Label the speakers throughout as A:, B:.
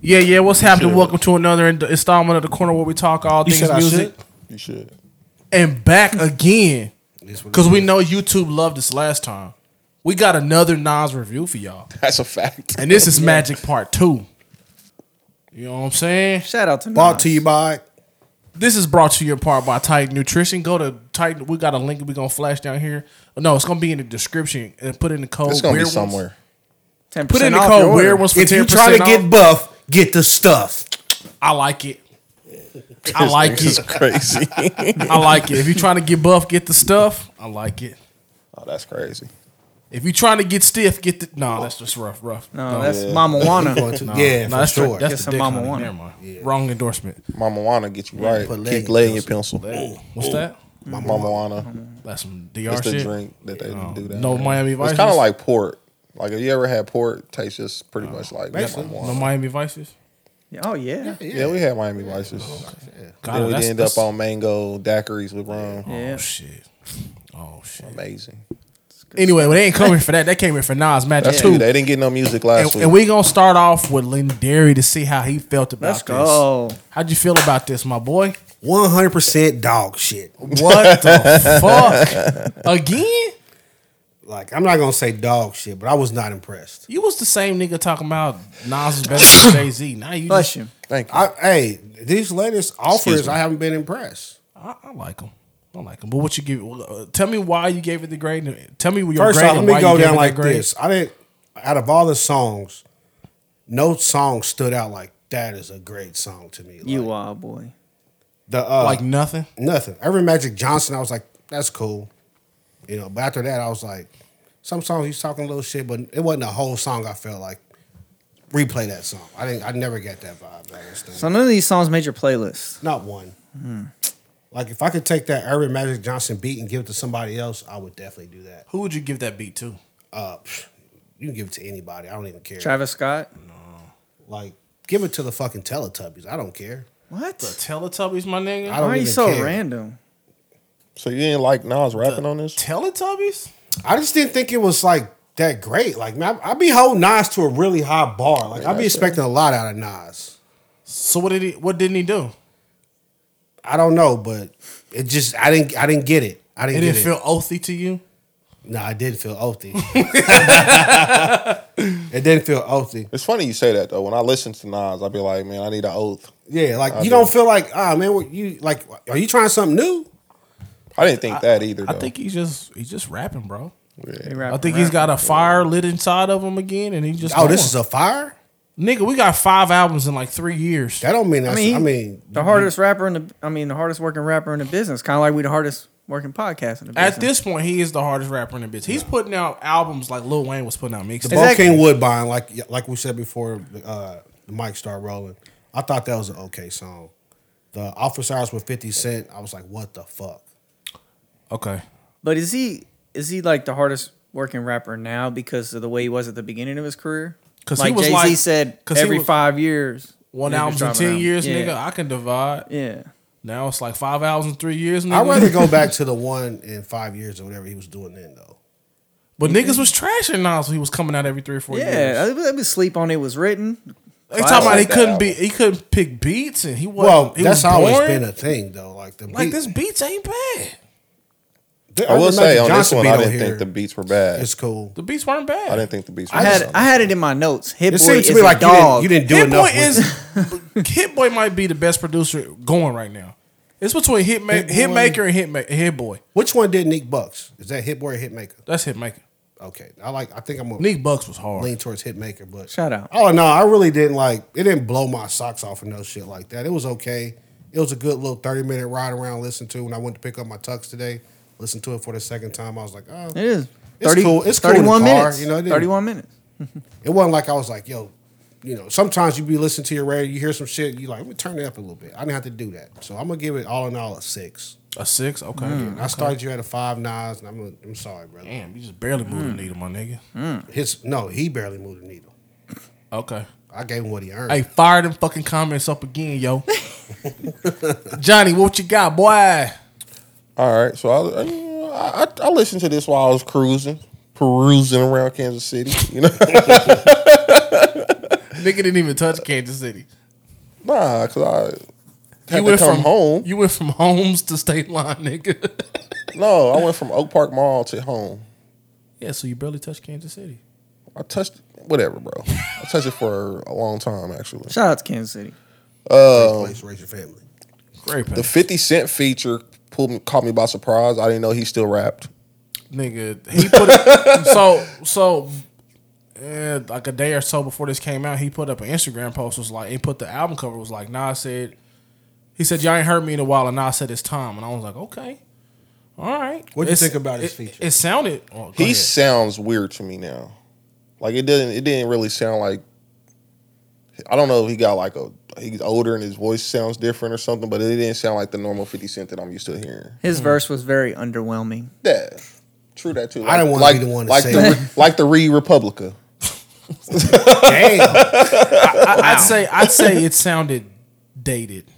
A: Yeah, yeah. What's happening?
B: should.
A: Welcome to another in- installment of the corner where we talk all
B: You
A: things
B: said I
A: music
B: should. You should.
A: and back again
C: That's what it
A: because we
C: is.
A: know YouTube loved us last time. We got another Nas review for y'all,
B: That's a fact.
A: and this is Magic Part Two. You know what I'm saying?
D: Shout out to
C: brought
D: Nas.
C: to you by
A: This is brought to you in part by Titan Nutrition. Go to Titan. We got a link. We gonna flash down here. No, it's gonna be in the description and put in the code.
B: It's gonna be
A: Weird Ones.
B: somewhere.
D: 10%
A: Put in the
D: off
A: code
D: your order.
A: weird ones for
C: If
A: ten
C: you try to
A: percent
C: get buff, get the stuff.
A: I like it. I like
B: This is
A: it.
B: crazy. oh,
A: I like it. If you're trying to get buff, get the stuff. I like it.
B: Oh, that's crazy.
A: If you're trying to get stiff, get the. No, that's just rough, rough.
D: No, that's Mama Wanna.
C: yeah,
A: Oh, No, that's
C: for
A: sure.
C: sure.
A: That's
D: Get
A: the
D: some
A: dick,
D: Mama
A: honey.
D: Wanna.
A: Never mind. Wrong endorsement.
B: Mama wanna get you right.
C: put leg
B: Keep
C: in
B: laying your pencil.
A: What's that?
B: Mama, wanna.
A: That's some DR
B: Oh. It's the
A: shit.
B: drink that they do that.
A: No
B: in.
A: Miami Vice.
B: It's kind of like port. Like if you ever had port, it tastes just pretty much like Mama
A: no
B: wanna.
A: Miami Vices.
D: Oh, yeah.
B: Yeah, we had Miami Vices.
A: God,
B: Then we
A: that's-
B: end
A: that's-
B: up on mango daiquiris with rum.
D: Yeah.
A: Oh shit. Oh shit.
B: Amazing.
A: Anyway, well, they ain't coming for that. They came here for Nas Magic
B: That's
A: Two.
B: true. They didn't get no music last
A: And,
B: week.
A: and we gonna start off with Lindari to see how he felt about
D: Let's
A: this.
D: go.
A: How'd you feel about this, my boy?
C: One hundred percent dog shit.
A: What the fuck? Again?
C: Like I'm not gonna say dog shit, but I was not impressed.
A: You was the same nigga talking about Nas is better than Jay Z. Now you,
D: Bless
A: just-
D: you.
B: Thank you.
C: I, hey, these latest offers,
B: me.
C: I haven't been impressed.
A: I, I like him. I like him. But what you give? Uh, tell me why you gave it the grade. Tell me your
C: First
A: grade.
C: off, let
A: and
C: me
A: why
C: go
A: you gave
C: down
A: it that
C: like
A: grade.
C: this. I didn't. Out of all the songs, no song stood out like that is a great song to me. Like,
D: You are, boy.
C: the uh,
A: Like nothing.
C: nothing. Every Magic Johnson, I was like, that's cool, you know. But after that, I was like, some songs he's talking a little shit, but it wasn't a whole song. I felt like replay that song. I didn't. I never got that vibe. I understand.
D: So none of these songs made your playlist.
C: Not one. Like if I could take that Urban Magic Johnson beat and give it to somebody else, I would definitely do that.
A: Who would you give that beat to?
C: Uh, pff, you can give it to anybody. I don't even care.
D: Travis Scott.
C: Like give it to the fucking Teletubbies. I don't care.
A: The
D: What?
A: Teletubbies, my nigga.
C: I
D: Why
C: don't
D: are you
C: even
D: so
C: care.
D: random?
B: So you didn't like Nas rapping on this?
A: Teletubbies?
C: I just didn't think it was like that great. Like man, I, I be holding Nas to a really high bar. Like I be
B: that's
C: expecting a lot out of Nas.
A: So what did he? What didn't he do?
C: I don't know, but it just I didn't I didn't get it. I
A: It
C: didn't
A: didn't
C: get
A: feel
C: it.
A: oathy to you.
C: No, I did feel oathy. it didn't feel oathy.
B: It's funny you say that though. When I listen to Nas, I'd be like, man, I need an oath.
C: Yeah, like
B: I
C: you
B: do.
C: don't feel like ah man, what you like? Are you trying something new?
B: I didn't think that either.
A: I
B: though.
A: think he's just he's just rapping, bro.
D: He
B: Yeah.
A: I
D: rapping,
A: think he's
D: rapping.
A: got a fire lit inside of him again, and he just
C: Oh, this
A: going.
C: is a fire.
A: nigga. We got five albums in like three years.
C: That don't mean
D: I
C: that's.
D: mean,
C: I mean,
D: the hardest rapper in the. I mean, the hardest working rapper in the business. Kind of like we the hardest working podcast in the business.
A: At this point, he is the hardest rapper in the bitch. He's putting out albums like Lil Wayne was putting out mixtapes.
C: Bo
D: Exactly.
C: King Woodbine, like like we said before, uh, the mic started rolling. I thought that was an okay song. The office hours with Fifty Cent. I was like, what the fuck?
A: Okay.
D: But is he is he like the hardest working rapper now because of the way he was at the beginning of his career?
A: 'Cause he
D: like
A: was
D: Jay Z
A: like-
D: said,
A: 'cause he
D: every
A: was-
D: five years,
A: One
D: niggas
A: album in
D: dropping
A: ten
D: album.
A: years,
D: yeah.
A: nigga. I can divide.
D: Yeah,
A: Now it's like five albums in three years, nigga.
C: I'd rather go back to the one in five years or whatever he was doing then, though.
A: But niggas was trashing now, so he was coming out every three or four
D: yeah.
A: years.
D: I would- I would sleep on it was written.
A: They talking about he
B: like that
A: couldn't
B: album.
A: be, he couldn't pick beats, and he wasn't.
C: Well,
A: he
C: that's
A: was boring.
C: always been a thing, though. Like the
A: like
C: beat-
A: this beats ain't bad.
C: the
B: I will
C: Urban
B: say
C: Magic
B: on this
C: Johnson
B: one,
C: beat
B: I didn't
C: here
B: think the beats were bad.
C: It's cool.
A: The beats weren't bad.
B: I didn't think the beats were
D: I had
B: bad.
D: I had it in my notes. Hit
C: It
D: boy
C: seems
D: is
C: to me
D: a
C: like you
D: dog.
C: didn't, you didn't do
A: Hit
C: enough.
A: Boy is
C: with it.
A: Hit Boy might be the best producer going right now. It's between Hitma-
C: Hit Boy.
A: Hitmaker and Hitma- Hit Boy.
C: Which one did Nick Bucks? Is that Hit Boy or Hitmaker?
A: That's Hitmaker.
C: Okay, I like. I think I'm gonna
A: Nick Bucks was hard.
C: lean towards Hitmaker, but
D: Shout out.
C: Oh no, I really didn't like. It didn't blow my socks off or no shit like that. It was okay. It was a good little thirty minute ride around. Listen to when I went to pick up my tux today. Listened to it for the second time. I was like, oh,
D: It is.
C: It's cool- it's cool in the
D: 31
C: car,
D: minutes.
C: you know, it didn't-
D: 31 minutes.
C: It wasn't like I was like, yo, you know, sometimes you be listening to your radio, you hear some shit, you like, let me turn it up a little bit. I didn't have to do that. So I'm gonna give it all in all a six.
A: A six? Okay.
D: Hmm.
C: I started you at a five nines, and I'm gonna, I'm sorry, brother.
A: Damn, you just barely moved the needle, my nigga.
C: His no, he barely moved the needle.
A: Okay.
C: I gave him what he earned.
A: Hey, fire them fucking comments up again, yo. Johnny, what you got, boy?
B: All right, so I, I I- I listened to this while I was cruising, perusing around Kansas City. You know,
A: Nigga didn't even touch Kansas City.
B: Nah, cause I had
A: you
B: to
A: went
B: come
A: from
B: home.
A: You went from homes to state line, nigga.
B: No, I went from Oak Park Mall to home.
A: yeah, so you barely touched Kansas City.
B: I touched whatever, bro. I touched it for a long time actually.
D: Shout out to Kansas City.
A: uh,
C: place, raise your family.
A: Great pass.
B: The Fifty Cent feature pulled me, caught me by surprise. I didn't know he still rapped.
A: nigga. He put it, so so eh, like a day or so before this came out, he put up an Instagram post was like he put the album cover was like Nas said he said y'all ain't heard me in a while and Nas said it's time and I was like okay. All right.
C: What'd you
A: It's-
C: think about his
A: it-
C: feature?
A: It sounded. Oh,
B: He
A: he
B: sounds weird to me now. Like it didn't. It didn't really sound like. I don't know if he got like a he's older and his voice sounds different or something, but it didn't sound like the normal Fifty Cent that I'm used to hearing.
D: His verse was very underwhelming.
B: Yeah, true that too.
C: I don't wanna
B: like,
C: be the one to
B: like
C: say
B: the
C: that.
B: re- like the re Republica.
C: Damn.
A: I'd say I'd say it sounded dated.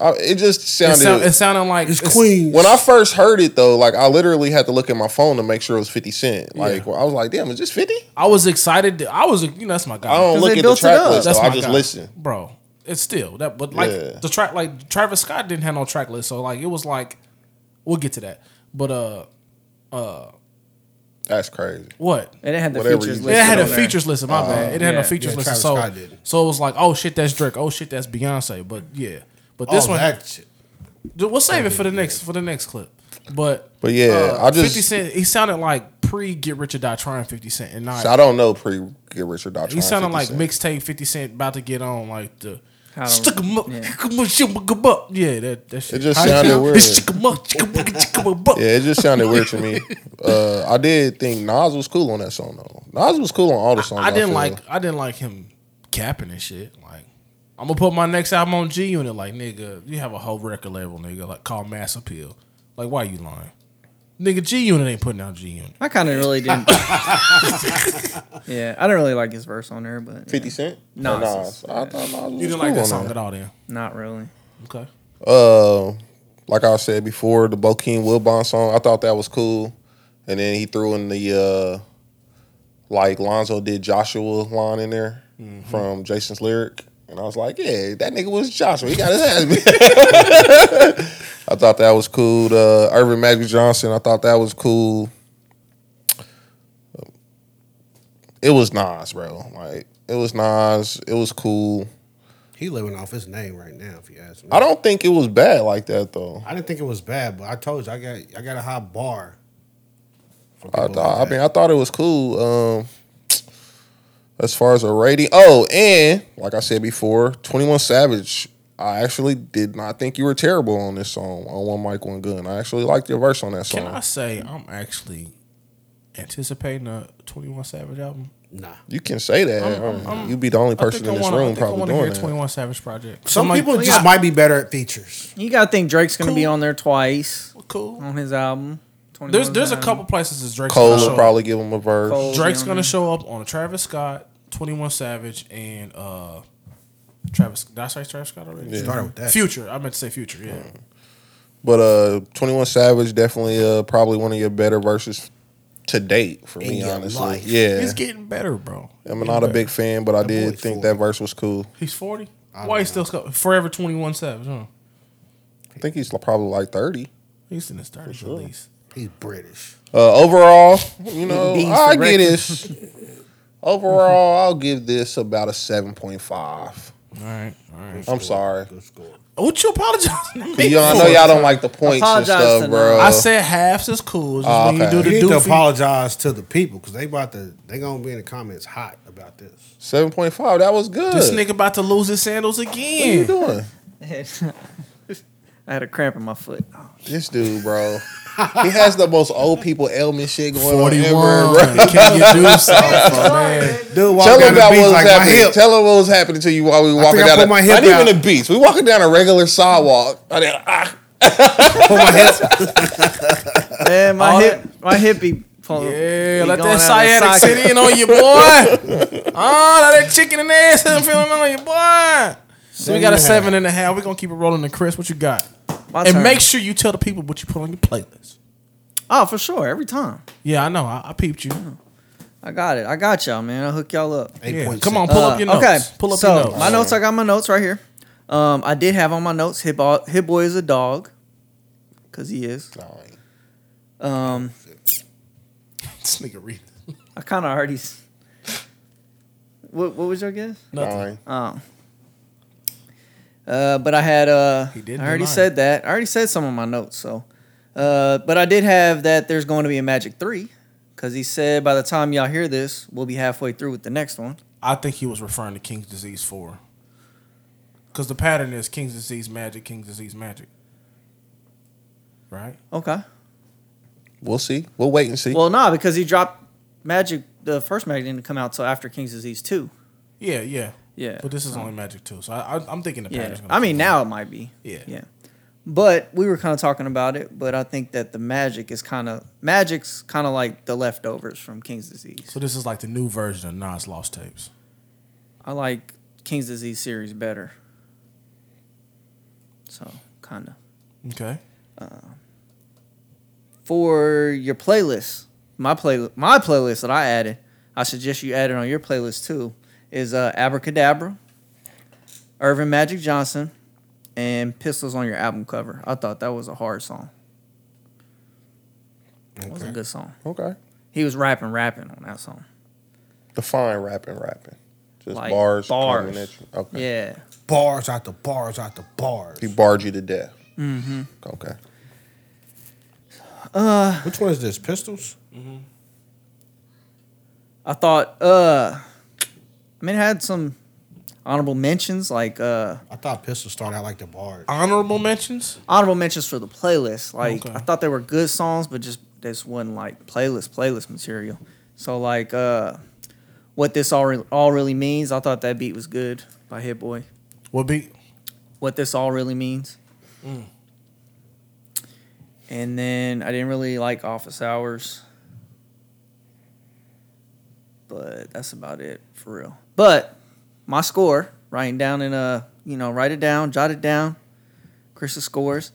B: I, it just
A: It,
B: sounded.
A: sound, it sounded like
C: It's Queens.
B: when I first heard it though, like I literally had to look at my phone to make sure it was Fifty Cent. Like I was like, damn, is this Fifty?
A: I was excited. to- I was you know that's my guy.
B: I don't
D: 'Cause
B: look
D: they
B: at the
D: built it
B: track
D: up.
B: list.
A: That's
B: though.
A: my
B: I just
A: guy.
B: listen.
A: bro. It's still that, but like
B: Yeah.
A: the track, like Travis Scott didn't have no track list, so like it was like, we'll get to that. But uh,
B: That's crazy.
A: what?
D: It didn't have the
B: Whatever
D: features
B: you-
A: It
D: listed.
B: Listen
A: had a
D: on there.
A: features list. My bad. It didn't have
D: yeah.
A: a features
C: Uh, Yeah,
A: list.
C: Travis
A: so
C: Scott didn't.
A: so it was like, oh shit, that's Drake. Oh shit, that's Beyonce. But yeah, but this
C: oh,
A: one,
C: that shit.
A: dude, we'll save it for the next for the next clip. But
B: But yeah, I just
A: Uh, Fifty Cent, he sounded like pre Get Rich or Die Trying Fifty Cent, and not
B: I don't know pre Get Rich or Die.
A: He sounded
B: 50
A: like
B: Cent.
A: mixtape Fifty Cent about to get on like the
D: I don't-
A: stick 'em up,
D: yeah.
A: yeah. up. Yeah, that that
B: It
A: shit.
B: just
C: How you
B: sounded
C: feel?
B: weird.
A: It's chick 'em up, chick 'em up, chick 'em up.
B: Yeah, it just sounded weird to me. Uh, I did think Nas was cool on that song though. Nas was cool on all the songs.
A: I didn't
B: feel.
A: like I didn't like him capping and shit. Like I'm gonna put my next album on G Unit. Like nigga, you have a whole record label, nigga. Like called Mass Appeal. Like why you lying, nigga? G Unit ain't putting out G Unit.
D: I kind of really didn't. yeah, I don't really like his verse on there, but
B: Fifty
D: yeah,
B: Cent.
D: Nas
B: Or
D: is-
B: I thought Nas was
A: You didn't
B: cool
A: like that
B: on
A: song at all, then?
D: not really.
A: Okay.
B: Uh, like I said before, the Bokeem Wilbon song, I thought that was cool. And then he threw in the uh, like Lonzo did Joshua line in there from Jason's lyric, and I was like, yeah, that nigga was Joshua. He got his ass beat. I thought that was cool. Uh, Irvin Magic Johnson, I thought that was cool. It was Nas, bro. Like it was Nas. It was cool.
C: He living off his name right now, if you ask me.
B: I don't think it was bad like that though.
C: I didn't think it was bad, but I told you I got I got a high bar. for
B: I,
C: people
B: thought-
C: like
B: I
C: that.
B: mean, I thought it was cool. Um, as far as a rating, oh, and like I said before, Twenty One Savage. I actually did not think you were terrible on this song on One Mic One Gun. I actually liked your verse on that song.
A: Can I say I'm actually anticipating a Twenty One Savage album?
C: nah.
B: you can say that.
A: I'm- I'm-
B: You'd be the only person
A: I
B: in this
A: wanna,
B: room
A: I think I
B: probably
A: wanna
B: doing
A: hear
B: that.
A: Twenty One Savage project.
C: Some
A: Somebody-
C: people just might be better at features.
D: You gotta think Drake's gonna be
A: Cool.
D: on there twice
A: cool.
D: on his album. 21
A: There's there's a
D: Savage.
A: couple places that Drake's
B: Cole
A: gonna show
B: will
A: up.
B: probably give him a verse.
D: Cole.
A: Drake's
D: down
A: gonna
D: there.
A: show up on a Travis Scott, Twenty One Savage, and uh Travis. Did I say Travis Scott already?
C: Started with that.
A: Future. I meant to say Future. Yeah.
B: But uh, Twenty One Savage definitely uh probably one of your better verses to date for
C: In
B: me,
C: your
B: honestly.
C: life.
B: Yeah,
A: He's getting better, bro.
B: I'm
A: Getting
B: not a
A: better.
B: big fan, but I did
C: boy's
B: think
C: full.
B: that verse was cool.
A: He's forty. Why he's still sco- forever Twenty One Savage? Huh?
B: I think he's probably like thirty.
A: He's in his thirties
B: sure.
A: at least.
C: He's British.
B: Uh, overall, you know,
D: Beans
B: I
D: for
B: get this. Overall, I'll give this about a seven point five.
A: All right. All right.
B: I'm sorry.
C: Good score.
A: What you apologizing? to me
B: Y'all, I
A: for?
B: know y'all don't like the points and
D: Apologize
B: stuff,
D: to
B: bro.
A: I said halves is cool. It's Just
B: Oh,
A: when you
B: okay.
A: do the
C: You need to
A: doofy.
C: apologize to the people because they about to they gonna be in the comments hot about this.
B: seven point five. That was good.
A: This nigga about to lose his sandals
B: what are you
A: again.
B: doing?
D: I had a cramp in my foot. Oh,
B: This dude, bro. he has the most old people ailment shit going on ever, bro.
A: Forty-one. Can you do something, man?
C: Dude, walk
B: Tell
C: down
B: him
C: the
B: about
C: beach
B: what was
C: like my
B: happening.
C: hip.
B: Tell him what was happening to you while we were walking
C: think
B: down.
C: I put
B: the-
C: my hip
B: not even
C: out.
B: the beach. We walking down a regular sidewalk. I did, ah,
C: Pull my hip.
D: man, my
A: All
D: hip, my hippie. Pull,
A: Yeah,
D: be
A: let
D: going
A: that
D: out of
A: sciatic
D: socket.
A: sit in on you, boy. oh, let that chicken and ass and feeling on you, boy. So we got a seven and a half. We're gonna keep it rolling to Chris. What you got?
D: My
A: and
D: turn.
A: make sure you tell the people what you put on your playlist.
D: Oh, for sure, every time. Mm-hmm.
A: Yeah, I know. I, I peeped you.
D: I got it. I got y'all, man. I'll hook y'all up.
C: Eight
A: Yeah,
C: points.
A: come on, pull up your
D: Uh,
A: notes. Pull up
D: so
A: your notes.
D: my notes. I got my notes right here. Um, I did have on my notes. Hit boy, hit boy is a dog, cause he is.
B: All right.
D: Um,
A: This nigga read.
D: I kind of already. s- What What was your guess?
A: Nothing.
B: All right.
D: Oh. Uh, but I had uh,
A: He did
D: I already
A: deny.
D: said that. I already said some of my notes. So, uh, but I did have that. There's going to be a Magic Three, because he said by the time y'all hear this, we'll be halfway through with the next one.
A: I think he was referring to King's Disease 4. Because the pattern is King's Disease Magic, King's Disease Magic. Right?
D: Okay.
B: We'll see. We'll wait and see.
D: Well, nah, because he dropped Magic. The first Magic didn't come out till after King's Disease Two.
A: Yeah, yeah.
D: Yeah.
A: But this is only Magic too, so I, I, I'm thinking the
D: Yeah.
A: pattern's gonna
D: I mean,
A: change.
D: now it might be.
A: Yeah.
D: Yeah. But we were kind of talking about it, but I think that the magic is kind of magic's kind of like the leftovers from King's Disease.
A: So this is like the new version of Nas Lost Tapes.
D: I like King's Disease series better. So, kind of.
A: Okay.
D: For your playlist, my play my playlist that I added, I suggest you add it on your playlist too, is uh, Abracadabra, Irvin Magic Johnson, and Pistols on your album cover. I thought that was a hard song. It was a good song.
B: okay.
D: He was rapping, rapping on that song.
B: Define rapping, rapping. Just
D: Like
B: bars.
D: bars.
B: coming at you. Okay.
D: Yeah.
C: Bars out the bars out the bars.
B: He barred you to death. Mm-hmm. Okay.
C: Which one is this? Pistols?
D: I thought, uh, I mean, it had some honorable mentions, like uh,
C: I thought pistols started out like the bars.
A: Honorable mentions?
D: honorable mentions for the playlist. Like,
A: Okay.
D: I thought they were good songs, but just this wasn't like playlist, playlist material. So, like, uh, what this all, re- all really means, I thought that beat was good by Hit Boy.
A: What be
D: What this all really means.
A: Mm.
D: And then I didn't really like office hours. But that's about it for real. But my score, writing down in a, you know, write it down, jot it down. Chris's scores.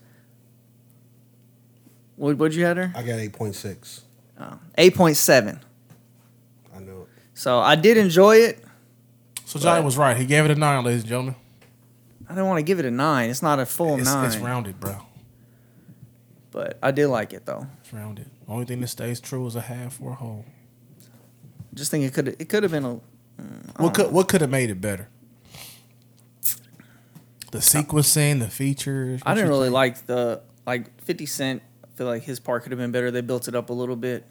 D: What would you had her?
C: I got 8.6.
D: Oh, 8.7.
C: I know it.
D: So I did enjoy it.
A: So Johnny was right. He gave it a nine, ladies and gentlemen.
D: I don't want to give it a 9. It's not a full
A: It's,
D: 9.
A: it's rounded, bro.
D: But I did like it though.
A: It's rounded. Only thing that stays true is a half or a whole.
D: Just think it could it could have been a mm, Uh-uh.
A: What could what could have made it better? The sequencing, the features.
D: Uh, I
A: what
D: didn't
A: you
D: really
A: think?
D: like the like Fifty Cent. I feel like his part could have been better. They built it up a little bit,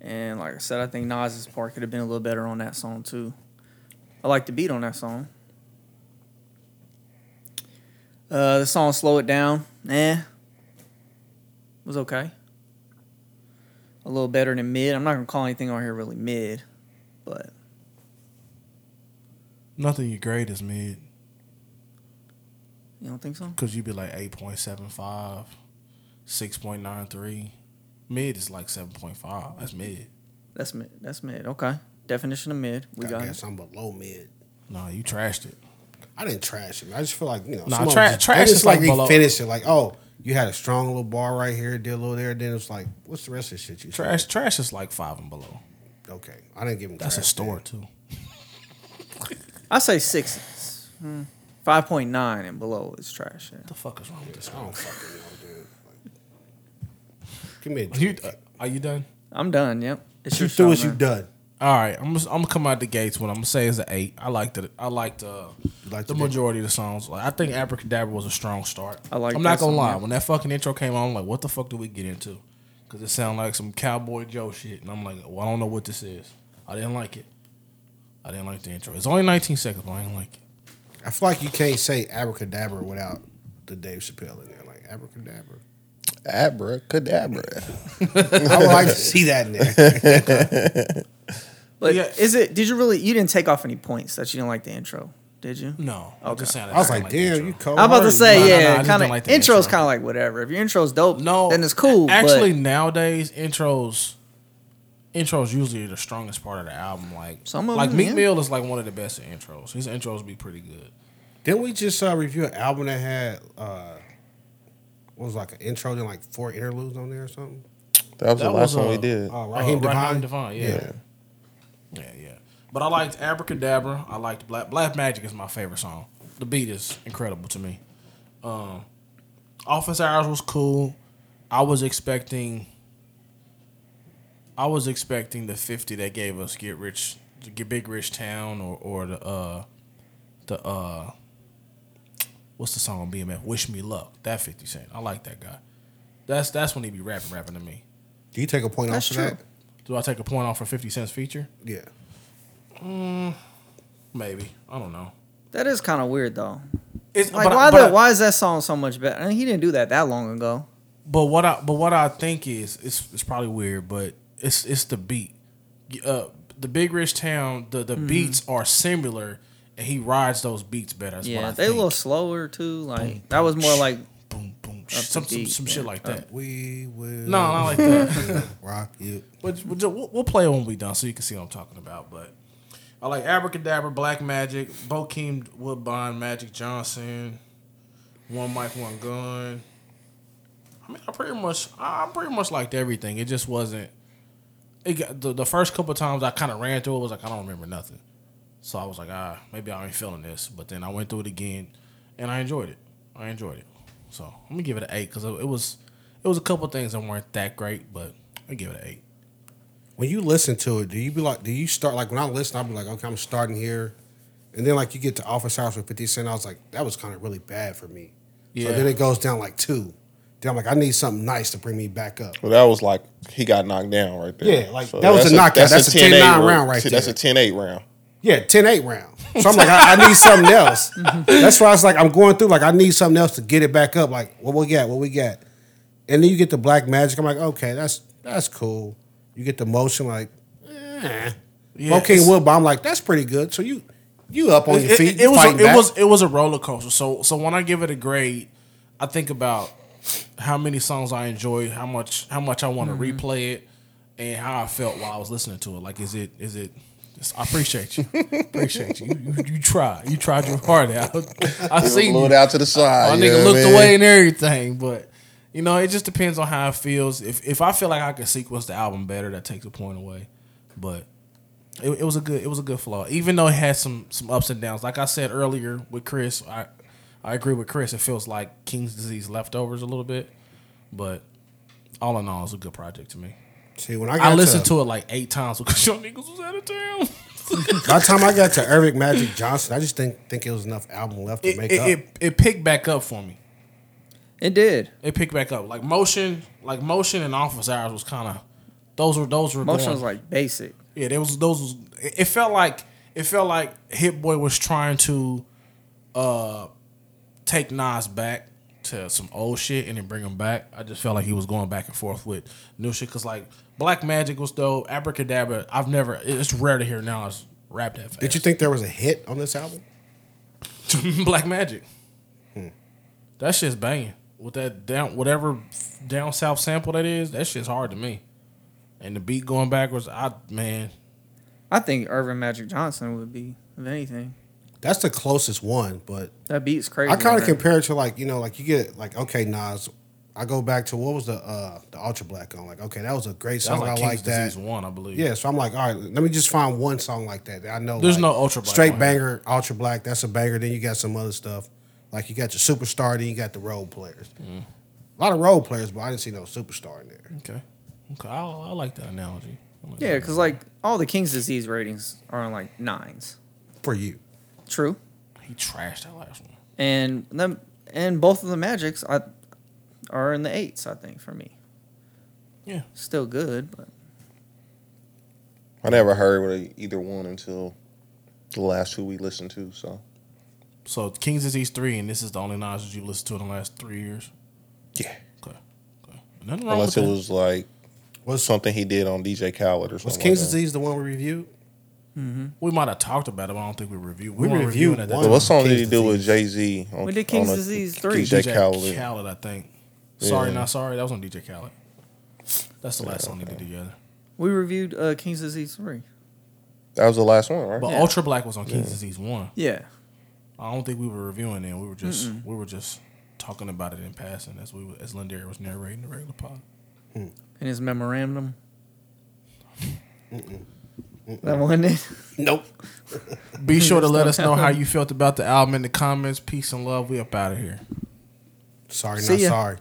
D: and like I said, I think Nas's part could have been a little better on that song too. I like the beat on that song. Uh, the song "Slow It Down," eh, was okay. A little better than mid. I'm not gonna call anything on here really mid, but
A: nothing you grade is mid
D: you don't think so?
A: because you'd be like 8.75, 6.93. Mid is like 7.5. That's mid.
D: That's mid. That's mid. Okay. Definition of mid. We
C: I
D: got it.
C: guess I'm below mid.
A: No, you trashed it.
C: I didn't trash it. I just feel like, you know,
A: Nah,
C: someone
A: tra-
C: just-
A: trash
C: they just
A: is
C: like,
A: like below-
C: refinish it. Like, oh, you had a strong little bar right here, did a little there. Then it's like, what's the rest of the shit you said?
A: Trash trash is like five and below.
C: Okay. I didn't give him
A: That's a
C: trash
A: store
C: then.
A: too.
D: I say sixes. Hmm. Five point nine and below is trash. yeah.
A: What the fuck is wrong with this?
C: I don't fucking know, dude. Like, give me a
A: Are you, uh,
C: drink.
A: are you done?
D: I'm done. Yep. It's
C: You
D: your
C: do
D: show,
C: what you
D: man.
C: done.
A: All right, I'm just, I'm gonna come out the gates. What I'm gonna say is an eight. I liked it. I liked uh,
C: liked
A: the
C: it?
A: majority of the songs. Like I think Abracadabra was a strong start.
D: I liked
A: I'm not
D: that
A: gonna
D: song,
A: lie.
D: yeah.
A: When that fucking intro came on, I'm like, what the fuck do we get into? Because it sounded like some cowboy Joe shit, and I'm like, well, I don't know what this is. I didn't like it. I didn't like the intro. It's only 19 seconds, but I didn't like it.
C: I feel like you can't say abracadabra without the Dave Chappelle in there. Like, abracadabra.
B: Abracadabra.
C: I would like to see that in there.
D: But
A: Yeah.
D: is it? Did you really? You didn't take off any points that you didn't like the intro, did you?
A: No, I just sounded.
C: I was
A: didn't
C: like,
A: the
C: damn,
A: intro.
C: you cold.
D: I'm about to say
A: No, no, no, I
D: yeah.
A: just
D: kind of
A: don't like the
D: intro's
A: intro.
D: kind of like whatever. If your intro's dope,
A: No,
D: then it's cool.
A: Actually,
D: but
A: nowadays intros, intros usually are the strongest part of the album. Like
D: Some of
A: like
D: them,
A: Meek
D: yeah.
A: Mill is like one of the best at intros. His intros be pretty good.
C: Didn't we just uh, review an album that had uh, what was it, like an intro and like four interludes on there or something?
B: That was the
A: That
B: last
A: was,
B: one we
A: uh,
B: did.
C: Oh,
A: Raheem Devine, yeah. Yeah, yeah. But I liked Abracadabra. I liked Black Black Magic is my favorite song. The beat is incredible to me. Um, Office Hours was cool. I was expecting. I was expecting the fifty that gave us Get Rich, Get Big Rich Town, or or the uh, the uh, what's the song on BMF? Wish Me Luck. That Fifty Cent. I like that guy. That's that's when he be rapping, rapping to me.
C: Do you take a point
D: That's
C: off for
D: true.
C: that?
A: Do I take a point off for Fifty Cent's feature?
C: Yeah.
A: Maybe. I don't know.
D: That is kind of weird though.
A: It's
D: Like
A: but,
D: why
A: but,
D: the, why is that song so much better? I mean, he didn't do that that long ago.
A: but what I but what I think is it's it's probably weird, but it's it's the beat. Uh, the Big Rich Town, the
D: Mm-hmm.
A: the beats are similar, and he rides those beats better. Is what
D: yeah,
A: I
D: they a
A: think.
D: little slower too. Like that was more like
A: boom boom,
D: up
A: some
D: the
A: some,
D: beat,
A: some
D: yeah.
A: shit like that.
C: We will.
A: No, not like that.
C: Rock you.
A: But we'll, ju- we'll, we'll play it when we done, so you can see what I'm talking about. But I like Abracadabra, Black Magic, Bokeem Woodbine, Magic Johnson, One Mic, One Gun. I mean, I pretty much, I pretty much liked everything. It just wasn't. It got, the, the first couple times I kind of ran through it was like I don't remember nothing, so I was like, ah, maybe I ain't feeling this. But then I went through it again, and I enjoyed it. I enjoyed it. So I'm gonna give it an eight because it it was, it was a couple things that weren't that great, but I give it an eight.
C: When you listen to it, do you be like, do you start like when I listen, I'll be like, okay, I'm starting here, and then like you get to Office Hours with Fifty Cent, I was like, that was kind of really bad for me.
A: Yeah.
C: So then it goes down like two. Then I'm like, I need something nice to bring me back up.
B: Well, that was like he got knocked down right there.
C: Yeah, like, that was
B: that's
C: a knockout. That's a
B: 10-8
C: 9 round right
B: That's
C: there.
B: a 10-8 round.
C: Yeah, 10-8 round. So I'm like, I, I need something else. That's why I was like, I'm going through like I need something else to get it back up. Like, what we got? What we got? And then you get the Black Magic. I'm like, okay, that's that's cool. You get the motion, like, eh.
A: Yeah,
C: okay,
A: it's-
C: Woodbine. I'm like, that's pretty good. So you you up on your
A: it,
C: feet?
A: it- it was
C: fighting
A: a, it
C: back.
A: was it was a roller coaster. So so when I give it a grade, I think about how many songs I enjoyed, how much how much I want to replay it, and how I felt while I was listening to it. Like, is it is it? it's- I appreciate you. appreciate you. You, you. you tried. You tried your heart out. I
B: Blew
A: seen
B: it
A: you.
B: out
C: uh,
B: to the
A: My
B: side. you know
A: nigga
B: what I
A: looked
B: mean?
A: away and everything, but you know, it just depends on how it feels. If if I feel like I could sequence the album better, that takes a point away. But it, it was a good it was a good flaw, even though it had some some ups and downs. Like I said earlier with Chris, I I agree with Chris. It feels like King's Disease leftovers a little bit, but all in all, it's a good project to me.
C: See, when I got
A: I listened to it like eight times because your niggas was out of town.
C: by the time I got to Eric Magic Johnson, I just think think it was enough album left to
A: It
C: make
A: it,
C: up.
A: it it picked back up for me.
D: it did.
A: it picked back up. Like motion, like motion and office hours was kind of those were those were
D: Motion
A: going-
D: was like basic.
A: yeah, there was those was it it felt like it felt like Hit Boy was trying to uh take Nas back to some old shit and then bring him back. I just felt like he was going back and forth with new shit because like Black Magic was dope, Abracadabra. I've never it's rare to hear Nas rap that fast.
C: Did you think there was a hit on this album?
A: Black Magic.
C: Hmm.
A: That shit's banging. With that down whatever down south sample that is, that shit's hard to me. And the beat going backwards, I man,
D: I think Irvin Magic Johnson would be if anything.
C: That's the closest one, but
D: That beat's crazy.
C: I kind of
D: already.
C: compare it to like you know, like you get like okay, Nas. I go back to what was the uh the Ultra Black on? Like okay, that was a great
A: that's
C: song.
A: like
C: I
A: King's
C: like that.
A: Disease One, I believe.
C: Yeah, so I'm like, all right, let me just find one song like that. that I know
A: There's
C: like,
A: no Ultra Black
C: straight
A: on here.
C: banger, Ultra Black. That's a banger. Then you got some other stuff. Like you got your superstar, then you got the role players.
A: Mm-hmm.
C: A lot of role players, but I didn't see no superstar in there.
A: Okay. Okay. I, I like that analogy. I like
D: Yeah,
A: that.
D: because like all the King's disease ratings are on like nines.
C: For you,
D: True,
A: he trashed that last one.
D: and them and both of the Magics I, are in the eights. I think for me,
A: Yeah.
D: still good, but
B: I never heard of either one until the last two we listened to. So
A: So King's Disease Three, and this is the only Nas that you listened to in the last three years.
B: yeah,
A: Okay. okay. Nothing wrong
B: unless it
A: with that.
B: was like
C: was
B: something he did on DJ Khaled or something.
C: was King's
B: like that.
C: Disease the one we reviewed?
A: we might have talked about it, but I don't think we reviewed.
C: We
A: weren't
C: reviewed
A: reviewing it that
C: one.
B: But what song
C: King's
B: did he do
C: Disease.
B: with Jay Z?
D: We did King's Disease 3.
B: DJ,
A: DJ
B: Khaled.
A: Khaled. I think. Sorry,
B: Yeah.
A: not sorry. That was on DJ Khaled. That's the last song they did together.
D: we reviewed uh, King's disease three.
B: That was the last one, right?
A: But
D: Yeah.
A: Ultra Black was on King's Disease One.
D: Yeah,
A: I don't think we were reviewing it. We were just we were just talking about it in passing as we were, as Lindari was narrating the regular pod.
D: in his memorandum. That one did.
C: Nope.
A: Be sure to let us know how you felt about the album in the comments. Peace and love. We up out of here.
C: Sorry,
D: See
C: not
D: ya.
C: sorry.